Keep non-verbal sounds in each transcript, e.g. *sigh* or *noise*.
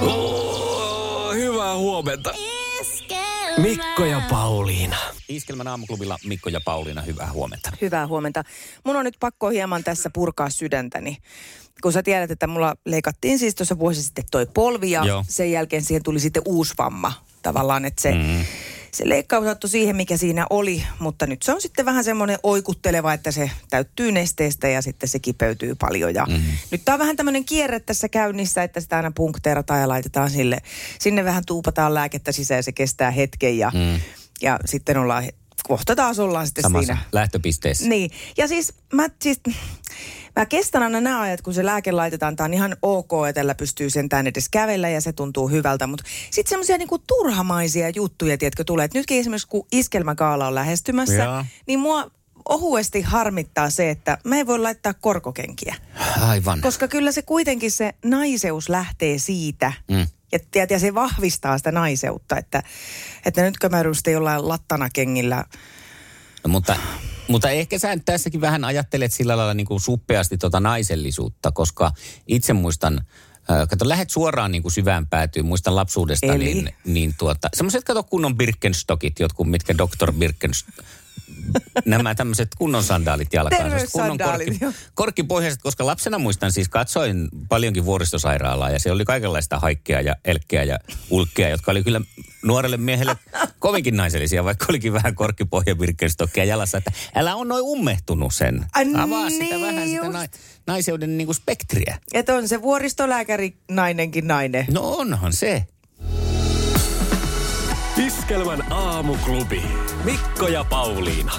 Oh, hyvää huomenta. Mikko ja Pauliina. Iskelmän aamuklubilla Mikko ja Pauliina, hyvää huomenta. Hyvää huomenta. Mun on nyt pakko hieman tässä purkaa sydäntäni. Kun sä tiedät, että mulla leikattiin siis tuossa vuosi sitten toi polvi ja Joo. Joo. sen jälkeen siihen tuli sitten uusi vamma. Tavallaan, että se, Mm-hmm. mm. se leikkaus auttoi siihen, mikä siinä oli, mutta nyt se on sitten vähän semmoinen oikutteleva, että se täyttyy nesteestä ja sitten se kipeytyy paljon. Ja Mm-hmm. mm. Nyt tää on vähän tämmöinen kierre tässä käynnissä, että sitä aina punkteerataan ja laitetaan sille. Sinne vähän tuupataan lääkettä sisään ja se kestää hetken ja, mm. ja sitten ollaan, kohta taas ollaan sitten Samassa siinä. lähtöpisteessä. Niin, ja siis mä, siis mä kestän aina nämä ajat, kun se lääke laitetaan. Tämä on ihan ok, että tällä pystyy sentään edes kävellä ja se tuntuu hyvältä. Mutta sitten semmoisia niinku turhamaisia juttuja, tiedätkö, tulee. Et nytkin esimerkiksi, kun iskelmäkaala on lähestymässä, Joo. Jaa. niin mua ohuesti harmittaa se, että mä en voi laittaa korkokenkiä. Aivan. Koska kyllä se kuitenkin se naiseus lähtee siitä, Mm. mm. ja, ja, ja se vahvistaa sitä naiseutta, että, että nytkö mä edustan jollain lattanakengillä Mutta, mutta ehkä sä nyt tässäkin vähän ajattelet sillä lailla niin kuin suppeasti tuota naisellisuutta, koska itse muistan, äh, kato lähet suoraan niin kuin syvään päätyyn, muistan lapsuudesta, Eli? niin, niin tuota, semmoiset kato kunnon Birkenstockit, jotkut mitkä Dr. Birkenstock, nämä tämmöiset kunnon sandaalit jalkaan, semmoiset kunnon Terveyssandaalit, korkki, joo. korkkipohjaiset, koska lapsena muistan siis katsoin paljonkin vuoristosairaalaa ja se oli kaikenlaista haikkea ja elkkeä ja ulkkea, jotka oli kyllä nuorelle miehelle kovinkin naisellisia, vaikka olikin vähän korkkipohja virkkeistokkia jalassa, että älä on noin ummehtunut sen. Ai Avaa sitä niin vähän sitä just. nai, naiseuden niinku spektriä. Että on se vuoristolääkäri nainenkin nainen. No onhan se. Iskelmän aamuklubi. Mikko ja Pauliina.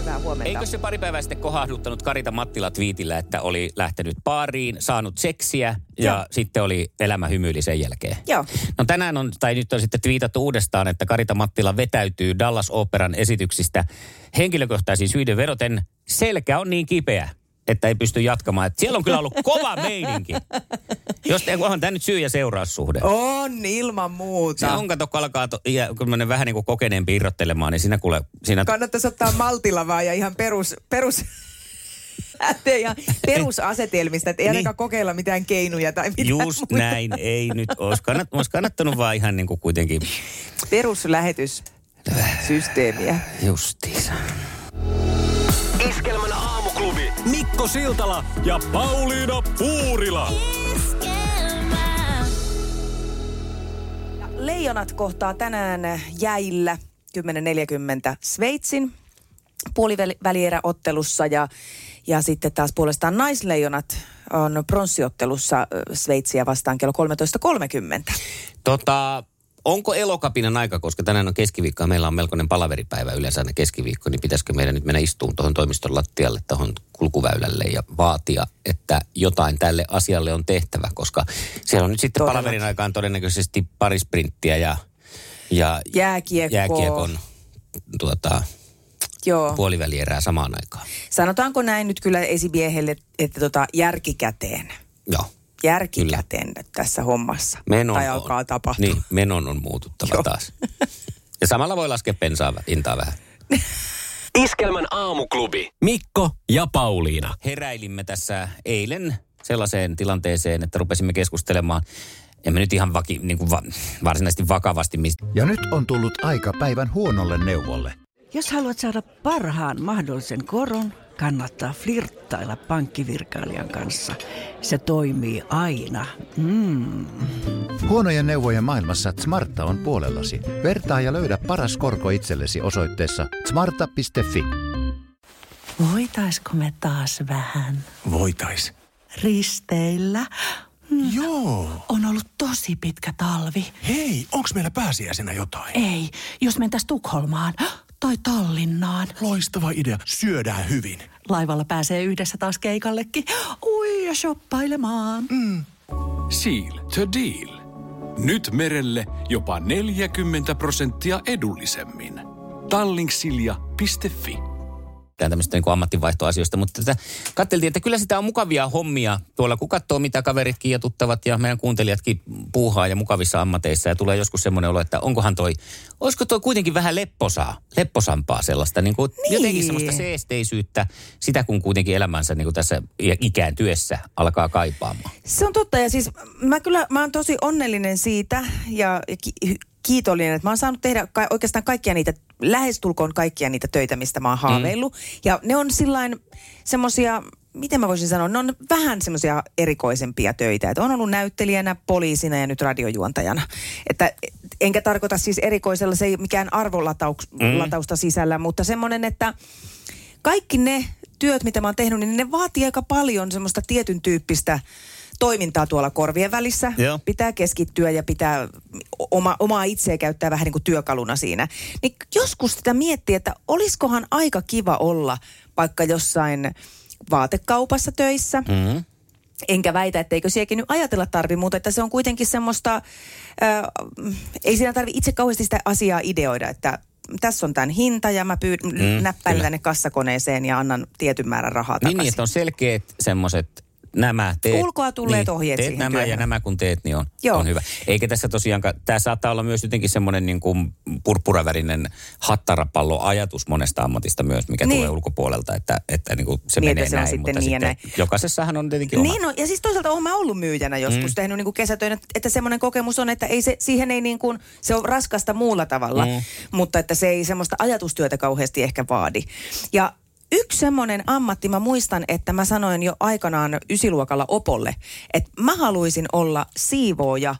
Hyvää huomenta. Eikö Eikö... se pari päivää sitten kohahduttanut Karita Mattila twiitillä, että oli lähtenyt baariin, saanut seksiä ja Joo. Joo. sitten oli elämä hymyili sen jälkeen? Joo. No tänään on, tai nyt on sitten twiitattu uudestaan, että Karita Mattila vetäytyy Dallas Operan esityksistä henkilökohtaisiin syiden veroten. Selkä on niin kipeä, että ei pysty jatkamaan. Et siellä on kyllä ollut *laughs* kova meininki. Jos eh, onhan tämä nyt syy- ja seuraussuhde. On ilman muuta. Se on, kato, kun alkaa to, ja, kun menee vähän niin kuin kokeneempi irrottelemaan, niin siinä kuule, siinä Kannattaisi ottaa maltilla vaan ja ihan perus... perus ja perusasetelmista, että ei Niin. ainakaan kokeilla mitään keinuja tai mitään Just muuta. näin, ei nyt olisi kannat, olis kannattanut vaan ihan niin kuin kuitenkin Peruslähetyssysteemiä. justiinsa. Iskelmän aamuklubi. Mikko Siltala ja Pauliina Puurila. Leijonat kohtaa tänään jäillä 10.40 Sveitsin puolivälierä-ottelussa ja, ja sitten taas puolestaan naisleijonat on pronssiottelussa ö, Sveitsiä vastaan kello 13.30. Tota, onko elokapinan aika, koska tänään on keskiviikko ja meillä on melkoinen palaveripäivä yleensä aina keskiviikko, niin pitäisikö meidän nyt mennä istuun tuohon toimiston lattialle, tuohon kulkuväylälle ja vaatia, että jotain tälle asialle on tehtävä, koska siellä on nyt sitten Todellakin. palaverin aikaan todennäköisesti pari sprinttiä ja, ja Jääkiekko. jääkiekon tuota, Joo. puolivälierää samaan aikaan. Sanotaanko näin nyt kyllä esimiehelle, että tota järkikäteen. Joo. Järkikäteen nyt tässä hommassa. Menon tai on. alkaa tapahtua. Niin, menon on muututtava Joo. taas. Ja samalla voi laskea pensaa intaa vähän. Iskelmän aamuklubi. Mikko ja Pauliina. Heräilimme tässä eilen sellaiseen tilanteeseen, että rupesimme keskustelemaan. Emme nyt ihan vaki, niin kuin va, varsinaisesti vakavasti, mistä Ja nyt on tullut aika päivän huonolle neuvolle. Jos haluat saada parhaan mahdollisen koron, kannattaa flirttailla pankkivirkailijan kanssa. Se toimii aina. Mm. Huonojen neuvojen maailmassa Smarta on puolellasi. Vertaa ja löydä paras korko itsellesi osoitteessa smarta.fi. Voitaisko me taas vähän Voitais. risteillä? Mm, Joo. On ollut tosi pitkä talvi. Hei, onks meillä pääsiäisenä jotain? Ei, jos mentäis Tukholmaan. tai Tallinnaan. Loistava idea. Syödään hyvin. Laivalla pääsee yhdessä taas keikallekin. Ui ja shoppailemaan. Seal to deal. Nyt merelle jopa 40 prosenttia edullisemmin. Tallingsilja.fi Tämä tämmöistä niin ammattivaihtoasioista, mutta tätä, katseltiin, että kyllä sitä on mukavia hommia tuolla, kun katsoo mitä kaveritkin ja tuttavat ja meidän kuuntelijatkin puuhaa ja mukavissa ammateissa ja tulee joskus semmoinen olo, että onkohan toi, olisiko toi kuitenkin vähän lepposaa, lepposampaa sellaista, niin kuin Niin. jotenkin semmoista seesteisyyttä, sitä kun kuitenkin elämänsä niin kuin tässä i- ikääntyessä alkaa kaipaamaan. Se on totta ja siis mä kyllä, mä oon tosi onnellinen siitä ja ki- hy- kiitollinen, että mä oon saanut tehdä ka- oikeastaan kaikkia niitä, lähestulkoon kaikkia niitä töitä, mistä mä oon haaveillut. Mm. Ja ne on sillain semmosia, miten mä voisin sanoa, ne on vähän semmosia erikoisempia töitä. Että on ollut näyttelijänä, poliisina ja nyt radiojuontajana. Että enkä tarkoita siis erikoisella, se ei mikään arvolatausta mm. sisällä, mutta semmoinen, että kaikki ne työt, mitä mä oon tehnyt, niin ne vaatii aika paljon semmoista tietyn tyyppistä toimintaa tuolla korvien välissä. Joo. Pitää keskittyä ja pitää oma, omaa itseä käyttää vähän niin kuin työkaluna siinä. Niin joskus sitä miettii, että olisikohan aika kiva olla vaikka jossain vaatekaupassa töissä. Mm-hmm. Enkä väitä, etteikö sielläkin nyt ajatella tarvi, mutta että se on kuitenkin semmoista, ää, ei siinä tarvi itse kauheasti sitä asiaa ideoida, että tässä on tämän hinta ja mä pyyd, mm, näppäilen tänne kassakoneeseen ja annan tietyn määrän rahaa Niin, takaisin. niin, että on selkeät semmoiset nämä teet. Ulkoa tulleet niin, ohjeet teet siihen nämä työhön. ja nämä kun teet, niin on, Joo. on hyvä. Eikä tässä tosiaankaan, tämä saattaa olla myös jotenkin semmoinen niin kuin purppuravärinen hattarapallo-ajatus monesta ammatista myös, mikä Niin. niin. tulee ulkopuolelta, että, että niin kuin se Niin, että menee se on näin, sitten mutta niin ja sitten jokaisessahan on tietenkin oma. Niin on, ja siis toisaalta olen mä ollut myyjänä joskus, mm. tehnyt niin kesätöinä, että- että semmoinen kokemus on, että ei se, siihen ei niin kuin, se on raskasta muulla tavalla, mm. mutta että se ei semmoista ajatustyötä kauheasti ehkä vaadi. Ja yksi semmoinen ammatti, mä muistan, että mä sanoin jo aikanaan ysiluokalla opolle, että mä haluaisin olla siivooja,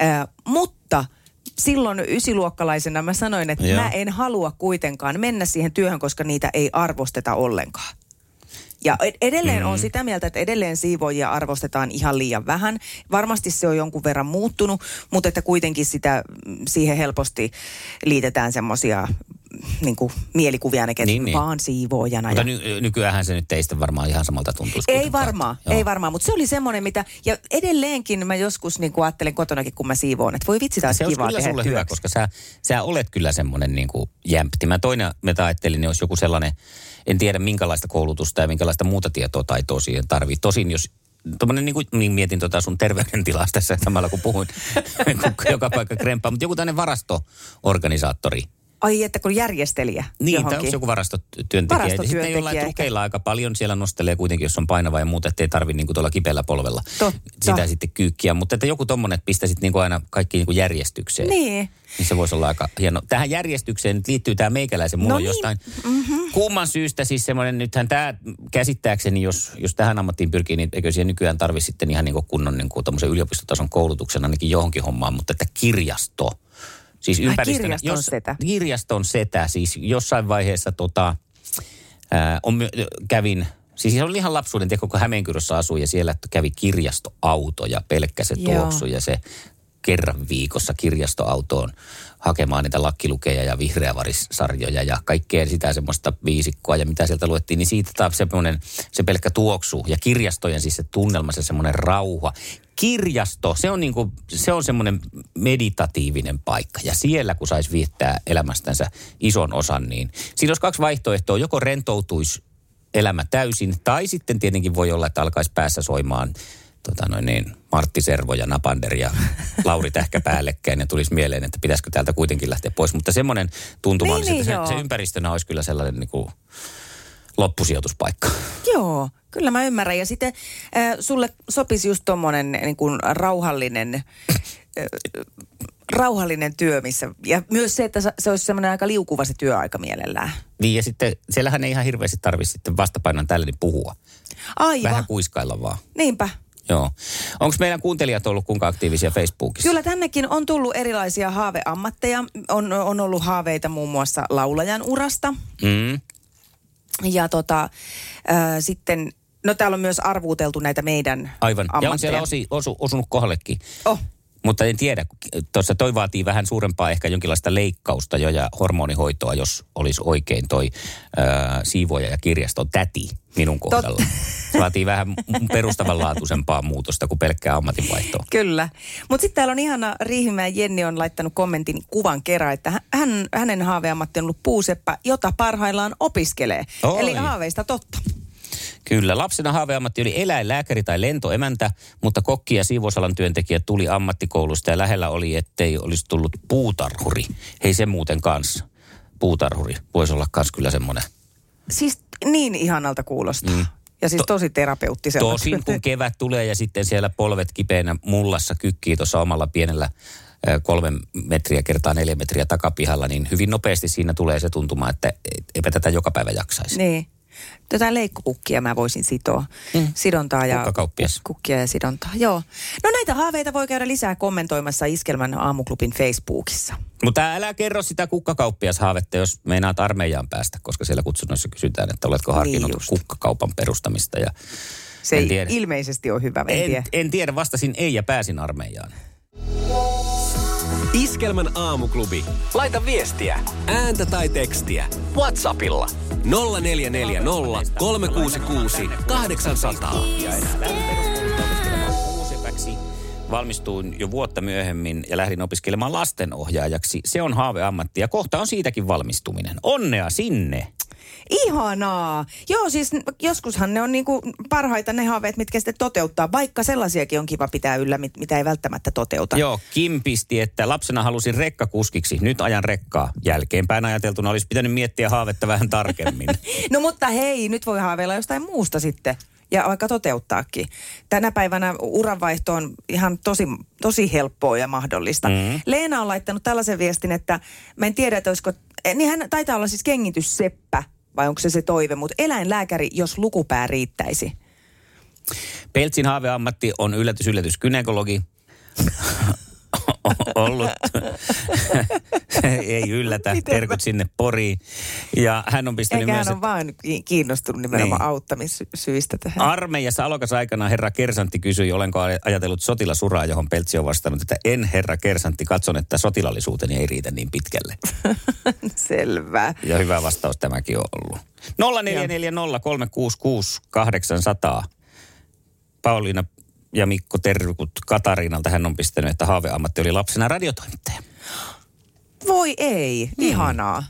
ää, mutta silloin ysiluokkalaisena mä sanoin, että Joo. mä en halua kuitenkaan mennä siihen työhön, koska niitä ei arvosteta ollenkaan. Ja ed- edelleen mm. on sitä mieltä, että edelleen siivoojia arvostetaan ihan liian vähän. Varmasti se on jonkun verran muuttunut, mutta että kuitenkin sitä, mm, siihen helposti liitetään semmoisia niin mielikuvia, ne, Niin, niin, niin. vaan siivoojana. Mutta ja- ny- nykyäänhän se nyt teistä varmaan ihan samalta tuntuisi. ei kuitenkin. varmaan, Joo. ei varmaan, mutta se oli semmoinen, mitä, ja edelleenkin mä joskus niin kuin ajattelen kotonakin, kun mä siivoon, että voi vitsi, taas se olisi kivaa kyllä tehdä sulle hyvä, työksi. koska sä, sä olet kyllä semmoinen niin kuin jämpti. Mä toinen, mä ajattelin, niin olisi joku sellainen, en tiedä minkälaista koulutusta ja minkälaista muuta tietoa taitoa siihen tarvii. Tosin jos Tuommoinen, niin kuin niin mietin tota sun terveydentilaa tässä samalla kun puhuin, *laughs* kun joka paikka krempaa, mutta joku tämmöinen varastoorganisaattori. Ai että kun järjestelijä Niin, tai johonkin. onko se joku varastotyöntekijä? Ja Varastotyöntekijä sitten jollain ehkä. trukeilla aika paljon siellä nostelee kuitenkin, jos on painava ja muuta, ettei tarvi niinku tuolla kipeällä polvella Totta. sitä sitten kyykkiä. Mutta että joku tommonen, että pistäisit niinku aina kaikki niinku järjestykseen. Niin. Niin se voisi olla aika hieno. Tähän järjestykseen nyt liittyy tämä meikäläisen. Mulla No no on niin. niin. jostain mm-hmm. kumman syystä siis semmoinen, nythän tämä käsittääkseni, jos, jos tähän ammattiin pyrkii, niin eikö siihen nykyään tarvi sitten ihan niin kunnon niin kuin yliopistotason koulutuksen ainakin johonkin hommaan, mutta että kirjasto. Siis ympäristönä, kirjaston setä. Kirjaston setä, siis jossain vaiheessa tota, ää, on, my- kävin, siis se oli ihan lapsuuden teko, kun Hämeenkyrössä asui ja siellä kävi kirjastoauto ja pelkkä se Joo. tuoksu ja se kerran viikossa kirjastoautoon hakemaan niitä lakkilukeja ja vihreävarissarjoja ja kaikkea sitä semmoista viisikkoa ja mitä sieltä luettiin, niin siitä taas semmoinen, se pelkkä tuoksu ja kirjastojen siis se tunnelma, se semmoinen rauha. Kirjasto, se on, niinku, se on semmoinen meditatiivinen paikka ja siellä kun saisi viettää elämästänsä ison osan, niin siinä olisi kaksi vaihtoehtoa, joko rentoutuisi elämä täysin. Tai sitten tietenkin voi olla, että alkaisi päässä soimaan tota noin niin, Martti Servo ja Napander *laughs* ja Lauri Tähkä päällekkäin ja tulisi mieleen, että pitäisikö täältä kuitenkin lähteä pois. Mutta semmoinen tuntuma Niin, niin, niin, että joo. se, se ympäristönä olisi kyllä sellainen niin kuin loppusijoituspaikka. Joo, kyllä mä ymmärrän. Ja sitten äh, sulle sopisi just tommonen niin kuin rauhallinen, äh, rauhallinen työ, missä, ja myös se, että sa- se olisi semmoinen aika liukuva se työaika mielellään. Niin ja sitten siellähän ei ihan hirveästi tarvitse sitten vastapainon tälle niin puhua. Aivan, Vähän kuiskailla vaan. niinpä. Joo. Onko meidän kuuntelijat ollut kuinka aktiivisia Facebookissa? Kyllä tännekin on tullut erilaisia haaveammatteja. On, on ollut haaveita muun muassa laulajan urasta. Mm. Ja tota, äh, sitten, no täällä on myös arvuuteltu näitä meidän Aivan. Ja ammatteja. on siellä osi, osu, osunut kohdallekin. Oh, Mutta en tiedä, tuossa toi vaatii vähän suurempaa ehkä jonkinlaista leikkausta jo ja hormonihoitoa, jos olisi oikein toi ää, siivoja ja kirjaston täti minun kohdalla. Se vaatii vähän perustavanlaatuisempaa muutosta kuin pelkkää ammatinvaihtoa. Kyllä. Mutta sitten täällä on ihana Riihimäen Jenni on laittanut kommentin kuvan kerran, että hän, hänen haaveammatti on ollut puuseppä, jota parhaillaan opiskelee. Oi. Oi. Eli haaveista totta. Kyllä, lapsena haaveammatti oli eläinlääkäri tai lentoemäntä, mutta kokki ja siivousalan työntekijä tuli ammattikoulusta ja lähellä oli, ettei olisi tullut puutarhuri. Hei se muuten kanssa. Puutarhuri voisi olla kans kyllä semmoinen. Siis niin ihanalta kuulostaa. Mm. Ja siis tosi terapeuttiselta. Tosin kun kevät tulee ja sitten siellä polvet kipeänä mullassa kykkii tuossa omalla pienellä ö, kolmen metriä kertaa neljä metriä takapihalla, niin hyvin nopeasti siinä tulee se tuntuma, että e, eipä tätä joka päivä jaksaisi. Niin. Jotain leikkukukkia mä voisin sitoa. Mm. Sidontaa ja Kukkakauppias. kukkia ja sidontaa, joo. No näitä haaveita voi käydä lisää kommentoimassa Iskelmän aamuklubin Facebookissa. Mutta älä kerro sitä kukkakauppiashaavetta, jos meinaat armeijaan päästä, koska siellä kutsunnoissa kysytään, että oletko harkinnut Niin just. kukkakaupan perustamista. Ja Se En ei tiedä. ilmeisesti ole hyvä, en, en en, tiedä. en tiedä, vastasin ei ja pääsin armeijaan. Iskelmän aamuklubi. Laita viestiä, ääntä tai tekstiä. Whatsappilla 0440 366 800. Uusepäksi valmistuin jo vuotta myöhemmin ja lähdin opiskelemaan lastenohjaajaksi. Se on haaveammatti ja kohta on siitäkin valmistuminen. Onnea sinne! Ihanaa! Joo, siis joskushan ne on niinku parhaita ne haaveet, mitkä sitten toteuttaa, vaikka sellaisiakin on kiva pitää yllä, mit- mitä ei välttämättä toteuta. Joo, Kim pisti, että lapsena halusin rekkakuskiksi. Nyt ajan rekkaa. Jälkeenpäin ajateltuna olisi pitänyt miettiä haavetta vähän tarkemmin. *laughs* No mutta hei, nyt voi haaveilla jostain muusta sitten ja vaikka toteuttaakin. Tänä päivänä uranvaihto on ihan tosi, tosi helppoa ja mahdollista. Mm. Leena on laittanut tällaisen viestin, että mä en tiedä, että olisiko, eh, niin hän taitaa olla siis kengitysseppä vai onko se se toive, mutta eläinlääkäri, jos lukupää riittäisi. Peltsin haaveammatti on yllätys, yllätys, kynekologi. *laughs* ollut. *laughs* Ei yllätä, terkut sinne poriin. Ja hän on pistänyt Eikä myös, hän ole vaan ki- kiinnostunut nimenomaan niin. auttamissyistä tähän. Armeijassa alokasaikana herra Kersantti kysyi, olenko aj- ajatellut sotilasuraa, johon Peltsi on vastannut, että en herra Kersantti, katson, että sotilallisuuteni ei riitä niin pitkälle. Selvä. Ja hyvä vastaus tämäkin on ollut. 0440366800. Pauliina ja Mikko Terkut Katariinalta hän on pistänyt, että haaveammatti oli lapsena radiotoimittaja. Voi ei, ihanaa.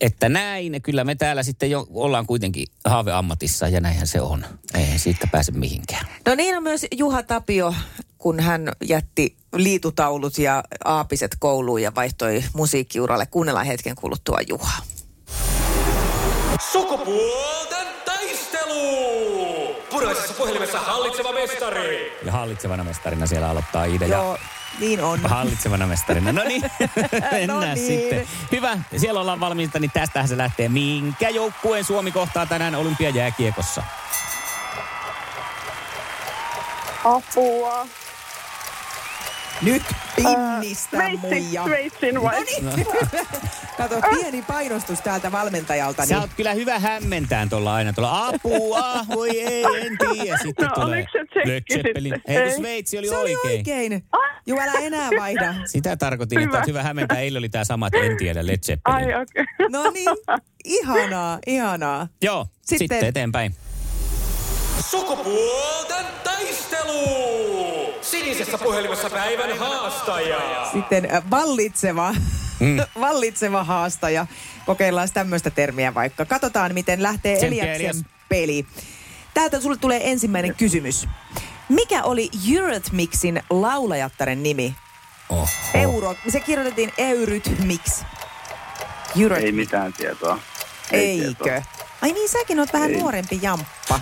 Että näin, kyllä me täällä sitten jo ollaan kuitenkin haaveammatissa ja näinhän se on. Ei siitä pääse mihinkään. No niin on myös Juha Tapio, kun hän jätti liitutaulut ja aapiset kouluun ja vaihtoi musiikkiuralle. Kuunnellaan hetken kuluttua Juha. Sukupuolten taistelu! Puraisessa puhelimessa hallitseva mestari. Ja hallitsevana mestarina siellä aloittaa Ida. ja- niin on. Hallitsevana mestarina. No *laughs* niin, mennään No niin. sitten. Hyvä, siellä ollaan valmiita, niin tästähän se lähtee. Minkä joukkueen Suomi kohtaa tänään olympiajääkiekossa? Apua. Nyt pinnistä Sveitsin, muija. No niin. Sveitsin vai? No *laughs* Kato, pieni painostus täältä valmentajalta. Sä Niin. oot kyllä hyvä hämmentään tuolla aina. Tuolla apua, voi ei, en tiedä. Sitten No, tulee oliko se tsekki Led Zeppelin. sitten? Ei, kun Ei. Sveitsi oli Se oli oikein. oikein. Juu, älä enää vaihda. Sitä tarkoitin, että Hyvä. oot hyvä hämmentää. Eilen oli tämä sama, että en tiedä Led Zeppelin. Ai okei. No niin, ihanaa, ihanaa. Joo, sitten, Sitten- sitten eteenpäin. Sukupuolten taistelu! Sinisessä puhelimessa päivän haastaja. Sitten äh, vallitseva, mm. *laughs* vallitseva haastaja. Kokeillaan tämmöistä termiä vaikka. Katsotaan, miten lähtee Tsemppiä, Eliaksen Elias. peli. Täältä sulle tulee ensimmäinen kysymys. Mikä oli Eurythmicsin laulajattaren nimi? Oho. Euro, se kirjoitettiin Eurythmics. Eurythmics. Ei mitään tietoa. ei tietoa. Eikö? Ai niin, säkin oot vähän nuorempi jamppa.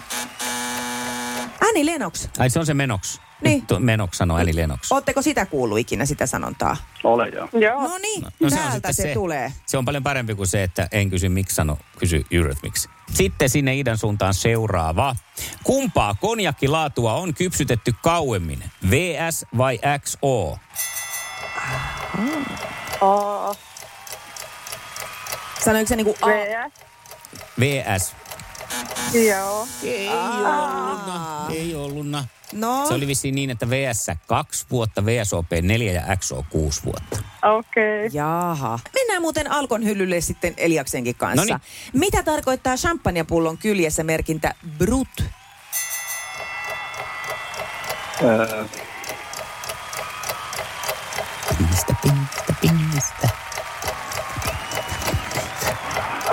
Ääni Lenox. Ai se on se menoks. Niin. Nyt tuo Menox sanoo, eli Lenox. Ootteko sitä kuullut ikinä, sitä sanontaa? Ole joo. Joo. No niin, täältä se, se tulee. Se on paljon parempi kuin se, että en kysy miksi sano, kysy Eurythmics. Sitten sinne idän suuntaan seuraava. Kumpaa konjakkilaatua on kypsytetty kauemmin? VS vai XO? Aa, Sanoiko se niinku A? VS. VS. Joo. Ei ollutna, ei ollutna. No. Se oli vissiin niin, että VS 2 vuotta, VSOP 4 ja XO 6 vuotta. Okei. Okay. Jaha. Mennään muuten Alkon hyllylle sitten Eliaksenkin kanssa. Noniin. Mitä tarkoittaa champagnepullon kyljessä merkintä Brut? Öö, Pingistä, pingistä, pingistä.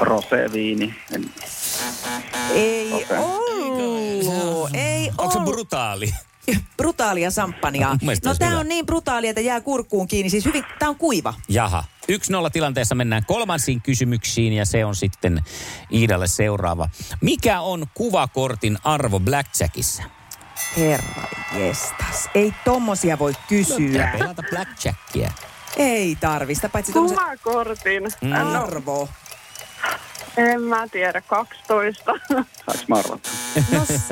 roseviini. En- Ei Okei. ollut. Ei Onko se ollut. brutaali? brutaalia samppania. Mun mielestä No olisi tää hyvä. on niin brutaalia, että jää kurkkuun kiinni. Siis hyvin, tää on kuiva. Jaha. 1-0 tilanteessa mennään kolmansiin kysymyksiin ja se on sitten Iidalle seuraava. Mikä on kuvakortin arvo Blackjackissa? Herra jestas. Ei tommosia voi Pitää kysyä. pelata Blackjackia. Ei tarvista, paitsi tommoset Kuvakortin. Mm. arvoa. *laughs* En mä tiedä, 12. Saanko mä arvata? No, s-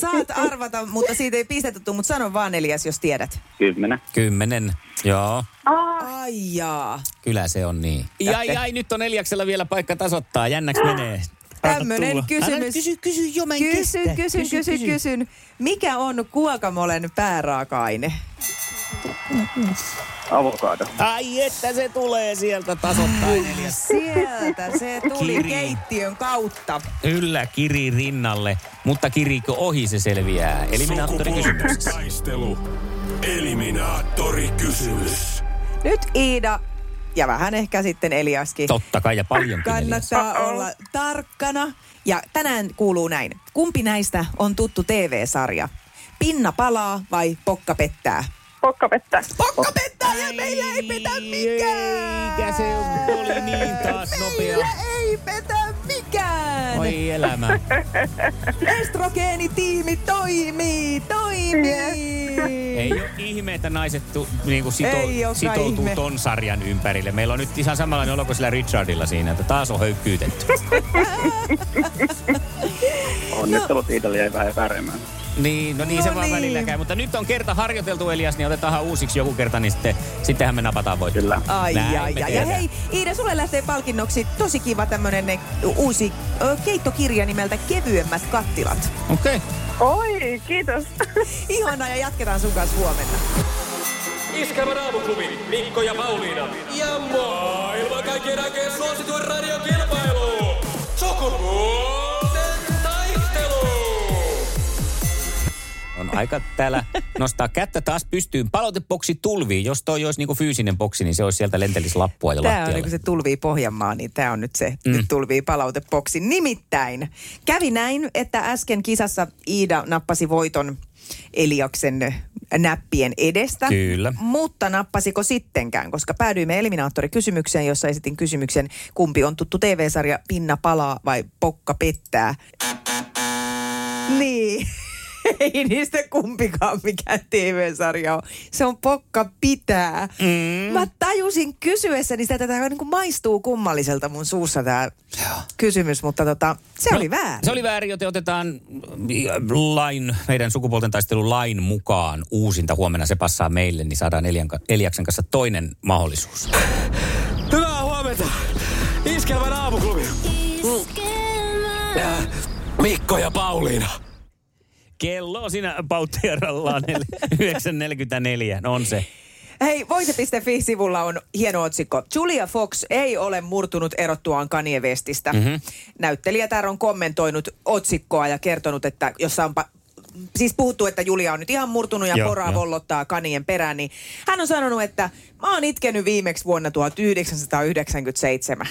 saat arvata, mutta siitä ei pistettä tule, mutta sano vaan neljäs, jos tiedät. Kymmenen. Kymmenen. Joo, Ai jaa. kyllä se on niin. Ah. Jai, jai, nyt on neljäksellä vielä paikka tasoittaa. Jännäks menee. Tämmönen kysymys. kysy, kysy, jo mä en kysyn, kestä. kysyn, Kysy, kysyn, kysy. kysyn. Mikä on kuokamolen pääraaka-aine? Avokado. Ai että se tulee sieltä tasoittain neljäs. Sieltä se tuli Kiri. keittiön kautta. Yllä kiri rinnalle, mutta kirikö ohi se selviää. Eli minä kysymyksessä. taistelu. Eliminaattori kysymys. Nyt Iida ja vähän ehkä sitten Eliaskin. Totta kai ja paljon Kannattaa olla tarkkana. Ja tänään kuuluu näin. Kumpi näistä on tuttu TV-sarja? Pinna palaa vai pokka pettää? Pokka pettää. Pokka pettää ja meillä ei petä mikään! Eikä se oli niin taas nopea. Meillä ei petä mikään! Oi elämä. Estrogeenitiimi toimii, toimii! Ei ole ihme, että naiset tu, niinku sito, Ei olekaan sitoutuu ihme. ton sarjan ympärille. Meillä on nyt ihan samanlainen olo kuin sillä Richardilla siinä, että taas on höykkyytetty. *laughs* Onnittelut Iitalia jäi vähän epäröimään. niin, no niin No se vaan niin. välillä käy. Mutta nyt on kerta harjoiteltu Elias, niin otetaan uusiksi joku kerta, niin sitten, sittenhän me napataan voitto. Kyllä. Ai, Näin ai, me ai. Ja tehdään. hei, Iida, sulle lähtee palkinnoksi tosi kiva tämmönen ne, uusi ö, keittokirja nimeltä Kevyemmät kattilat. Okei. Okay. Oi, kiitos. *laughs* Ihanaa ja jatketaan sun kanssa huomenna. Iskävän aamuklubi Mikko ja Pauliina. Ja maailman kaikkien aikeen suosituen radiokilpailu. Sukupuolten taistelu. On aika täällä nostaa kättä taas pystyyn. Palautepoksi tulvii. Jos toi olisi niinku fyysinen boksi, niin se olisi sieltä lentelis lappua jo Tämä on lattialle. niin kuin se tulvii Pohjanmaa, niin tämä on nyt se mm. nyt tulvii palautepoksi. Nimittäin kävi näin, että äsken kisassa Iida nappasi voiton Eliaksen näppien edestä. Kyllä. Mutta nappasiko sittenkään, koska päädyimme eliminaattorikysymykseen, jossa esitin kysymyksen, kumpi on tuttu TV-sarja Pinna palaa vai Pokka pettää. Niin. *laughs* Ei niistä kumpikaan mikään TV-sarja on. Se on pokka pitää. Mm. Mä tajusin kysyessäni sitä, että tämä niin maistuu kummalliselta mun suussa tämä kysymys, mutta tota, se no, oli väärin. Se oli väärin, joten otetaan äh, lain, meidän sukupuolten taistelun lain mukaan uusinta huomenna. Se passaa meille, niin saadaan Elian, ka- Eliaksen kanssa toinen mahdollisuus. Hyvää huomenta. Iskävän aamuklubi. Äh, Mikko ja Pauliina. Kello on siinä pauttiarallaan *laughs* 9.44, no on se. Hei, voise.fi-sivulla on hieno otsikko. Julia Fox ei ole murtunut erottuaan Kanye Westistä. Mhm. Mm-hmm. Näyttelijätär on kommentoinut otsikkoa ja kertonut, että jossa on pa- siis puhuttu, että Julia on nyt ihan murtunut ja Joo, poraa joo. vollottaa kanien perään, niin hän on sanonut, että mä oon itkenyt viimeksi vuonna 1997.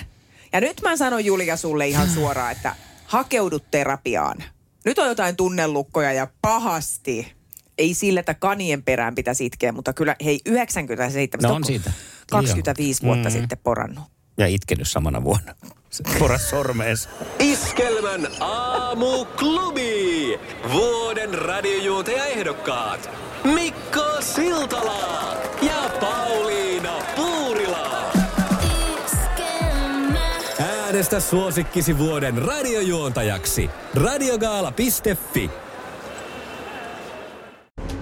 Ja nyt mä sanon Julia sulle ihan suoraan, että hakeudu terapiaan. Nyt on jotain tunnelukkoja ja pahasti. Ei sillä, että kanien perään pitäisi itkeä, mutta kyllä hei 97. No on onko siitä. 25 Joo. vuotta Mm. sitten porannut. Ja itkenyt samana vuonna. Se Poras sormees. Iskelmän aamuklubi. Vuoden radiojuontaja ehdokkaat. Mikko Siltala ja Pauliina Puurila. Äänestä suosikkisi vuoden radiojuontajaksi. Radiogaala.fi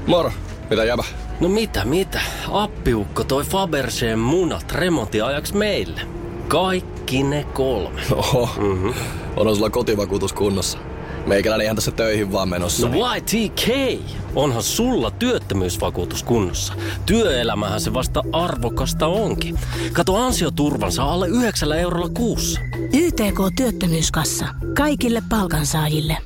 Moro, mitä jäbä? No mitä, mitä? Appiukko toi Faberseen munat remontiajaksi meille. Kaikki ne kolme. Oho, mm-hmm. onhan sulla kotivakuutus kunnossa. Meikäläinen tässä töihin vaan menossa. No YTK, onhan sulla työttömyysvakuutus kunnossa. Työelämähän se vasta arvokasta onkin. Kato ansioturvansa alle 9 eurolla kuussa. YTK Työttömyyskassa. Kaikille palkansaajille.